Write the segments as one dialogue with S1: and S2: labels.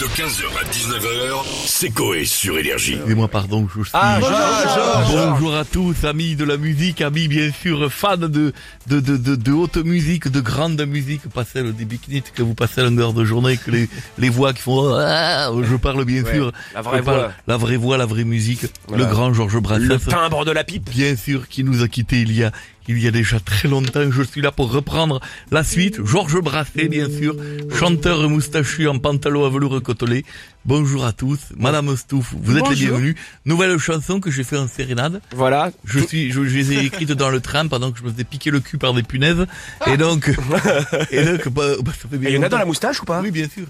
S1: De 15h à 19h, c'est Coé sur Énergie.
S2: Excusez-moi, pardon, je suis...
S3: Ah,
S2: Bonjour à tous, amis de la musique, amis bien sûr, fans de, de, de, de, de haute musique, de grande musique, pas celle des bikinites que vous passez à longueur de journée, que les, les voix qui font, ah, je parle bien
S3: Ouais,
S2: sûr.
S3: la vraie
S2: Je parle-
S3: voix.
S2: La vraie voix, la vraie musique,
S3: Voilà.
S2: le grand Georges Brassens.
S3: Le timbre de la pipe.
S2: Bien sûr, qui nous a quittés il y a, il y a déjà très longtemps. Je suis là pour reprendre la suite. Georges Brassens, bien sûr, chanteur moustachu en pantalon à velours côtelé. Bonjour à tous. Madame Stouff, vous êtes les bienvenus. Nouvelle chanson que j'ai fait en sérénade.
S3: Voilà.
S2: Je suis, je, je les ai écrites dans le train pendant que je me faisais piquer le cul par des punaises. Et donc, et donc, bah, bah, ça fait bien
S3: Et il y en a dans la
S2: longtemps.
S3: moustache ou pas
S2: Oui, bien sûr.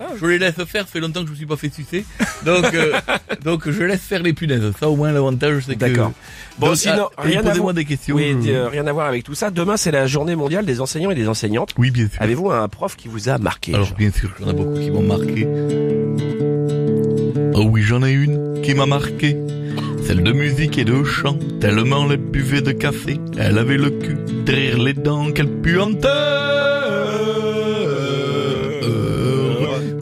S3: Ah
S2: Je les laisse faire, ça fait longtemps que je me suis pas fait sucer. Donc, euh, donc je laisse faire les punaises. Ça, au moins, l'avantage, c'est que...
S3: D'accord. Bon,
S2: Donc,
S3: sinon,
S2: ah,
S3: rien à
S2: Posez-moi
S3: voir.
S2: des questions.
S3: Oui,
S2: je-
S3: euh, rien à voir avec tout ça. Demain, c'est la journée mondiale des enseignants et des enseignantes.
S2: Oui, bien sûr.
S3: Avez-vous un prof qui vous a marqué
S2: Alors, bien sûr, il y en a beaucoup qui m'ont marqué. Oh oui, j'en ai une qui m'a marqué. Celle de musique et de chant, tellement les buvait de café. Elle avait le cul derrière les dents, quelle puanteur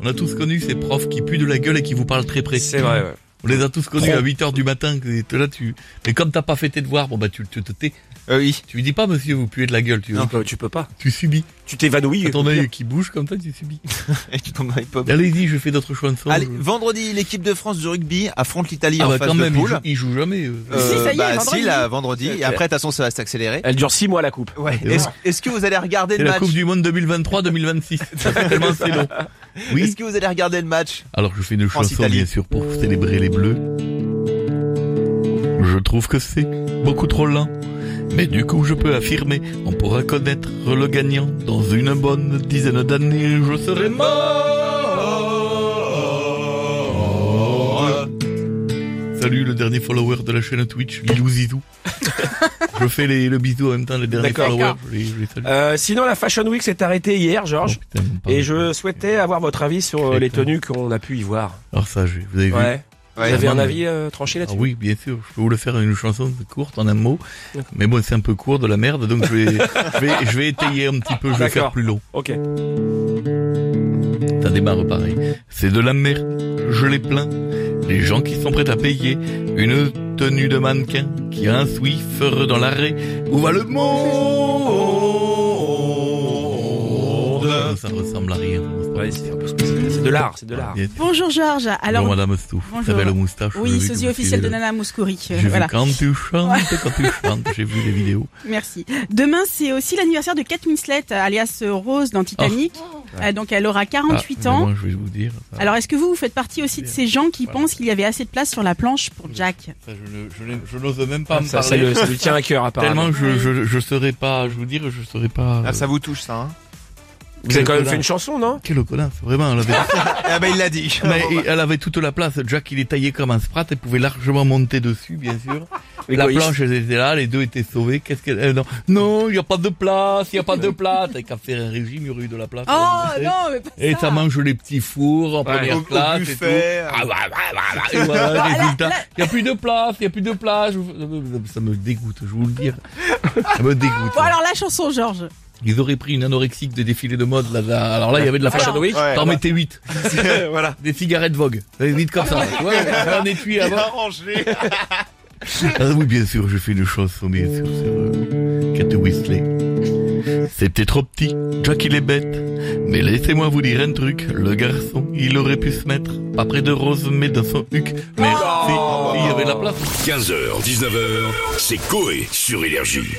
S2: On a tous connu ces profs qui puent de la gueule et qui vous parlent très près.
S3: C'est vrai, ouais.
S2: On les a tous connus
S3: Trop.
S2: à 8 heures du matin. que t'es Là, tu... Mais comme t'as pas fait tes devoirs, bon bah tu, tu te tais.
S4: Euh,
S3: oui.
S2: Tu lui dis pas, monsieur, vous puez de la gueule. Tu,
S3: Non, tu peux pas.
S2: tu subis.
S3: Tu t'évanouis.
S2: T'as ton œil qui bouge comme ça, tu subis.
S4: Et tu tombes dans les pommes.
S2: Allez-y, je fais d'autres chansons.
S4: Allez,
S2: Je-
S4: vendredi, l'équipe de France de rugby affronte l'Italie
S2: Ah
S4: en
S2: bah
S4: phase
S2: quand
S4: de
S2: même, il joue,
S4: poule.
S2: il joue jamais. eux.
S4: Euh,
S5: Si, ça y est,
S4: bah,
S5: vendredi.
S4: si, là, vendredi.
S3: Ok.
S4: Et après, de toute façon, ça va s'accélérer.
S3: Elle dure six mois la coupe.
S4: Ouais.
S2: Et
S4: Est-ce
S2: voilà.
S4: est-ce que vous allez regarder
S2: C'est
S4: le
S2: la
S4: match
S2: Coupe du Monde 2023-2026. Tellement c'est long.
S4: Est-ce
S2: Oui.
S4: que vous allez regarder le match
S2: Alors je fais une chanson
S4: Italie.
S2: bien sûr pour célébrer les Bleus. Je trouve que c'est beaucoup trop lent. Mais du coup, je peux affirmer, on pourra connaître le gagnant dans une bonne dizaine d'années. Je serai mort. Salut le dernier follower de la chaîne Twitch, Lilou Zizou. je fais les, le bisou en même temps les derniers
S3: D'accord.
S2: followers. Je les, je les salue.
S3: Euh, sinon, la Fashion Week s'est arrêtée hier, Georges.
S2: Oh, putain, pardon.
S3: Et je souhaitais avoir votre avis sur euh, les
S2: Exactement.
S3: tenues qu'on a pu y voir.
S2: Alors ça, je- vous avez vu
S3: Ouais. Vous
S4: Ouais.
S3: avez un
S2: vraiment.
S3: avis euh, tranché
S2: Ah
S3: là-dessus
S2: oui, bien sûr. Je peux vous le faire une chanson courte en un mot.
S3: D'accord.
S2: Mais bon, c'est un peu court de la merde, donc je vais, je vais, je vais étayer un petit peu, je vais
S3: D'accord.
S2: faire plus long.
S3: Ok.
S2: Ça démarre pareil. C'est de la merde, je les plains. Les gens qui sont prêts à payer une tenue de mannequin qui a un Swiffer dans l'arrêt. Où va le monde Ça ressemble à rien.
S3: Ouais, c'est un peu spécial. C'est de l'art, c'est de l'art.
S2: Bien sûr.
S5: Bonjour Georges. Alors
S2: bon, Madame Stouff, vous
S5: bonjour.
S2: avez le moustache. je
S5: oui,
S2: l'ai vu
S5: sosie
S2: comme
S5: officiel de
S2: si-
S5: Nana Mouskouri.
S2: J'ai
S5: euh,
S2: vu
S5: voilà,
S2: quand tu chantes, quand tu chantes, j'ai vu les vidéos.
S5: merci. Demain, c'est aussi l'anniversaire de Kate Winslet, euh, alias euh, Rose dans Titanic. Euh, donc elle aura 48
S2: Oh. Ah, mais
S5: ans.
S2: Moi, je vais vous dire. ça-
S5: Alors est-ce que vous, vous faites partie aussi de ces gens qui
S2: Voilà.
S5: pensent qu'il y avait assez de place sur la planche pour Jack
S2: ça, je ne- je n'ai- je n'ose même pas me
S3: Ça, ça,
S2: parler.
S3: lui- ça lui tient à cœur, apparemment.
S2: Tellement je, je, je serais pas, je vous dire, je serais pas. euh,
S4: Ah, ça vous touche, ça. Hein
S3: Vous avez quand même fait une chanson, non
S2: Quelle connasse, vraiment, elle avait,
S4: ah bah, il l'a dit.
S2: mais et elle avait toute la place. Jack, il est taillé comme un sprat, elle pouvait largement monter dessus, bien sûr. la
S3: Égoïste.
S2: planche, elle était là, les deux étaient sauvés. Qu'est-ce qu'elle, euh, non, non, il n'y a pas de place, il n'y a pas de place. T'as qu'à faire un régime, il y aurait eu de la place.
S5: Oh non, mais pas
S2: Et ça mange les petits fours en
S3: Ouais.
S2: première
S4: Au- au
S2: classe et tout.
S4: buffet.
S2: Ah, bah, bah, bah, bah. Et voilà, résultat. Il n'y a plus de place, il n'y a plus de place. Ça me dégoûte, je vous le dire. Ça me dégoûte.
S5: Bon alors la chanson Georges.
S2: Ils auraient pris une anorexique de défilé de mode. Là, là. Alors là, il y avait de la
S3: Fashion
S2: fashion.
S3: Week
S4: Ouais.
S2: T'en mettais 8.
S5: Ah,
S4: voilà.
S2: Des cigarettes Vogue. Des vite comme ça. Ouais, un étui
S4: Il a
S2: avant.
S4: rangé.
S2: Ah oui, bien sûr, je fais une chanson, bien sûr, sur euh, Kate Whistler. C'était trop petit, Jack il est bête. Mais laissez-moi vous dire un truc, le garçon, il aurait pu se mettre, pas près de Rose, mais dans son huc. Merci, il y avait la place.
S1: 15h, 19h, c'est Coé sur Énergie.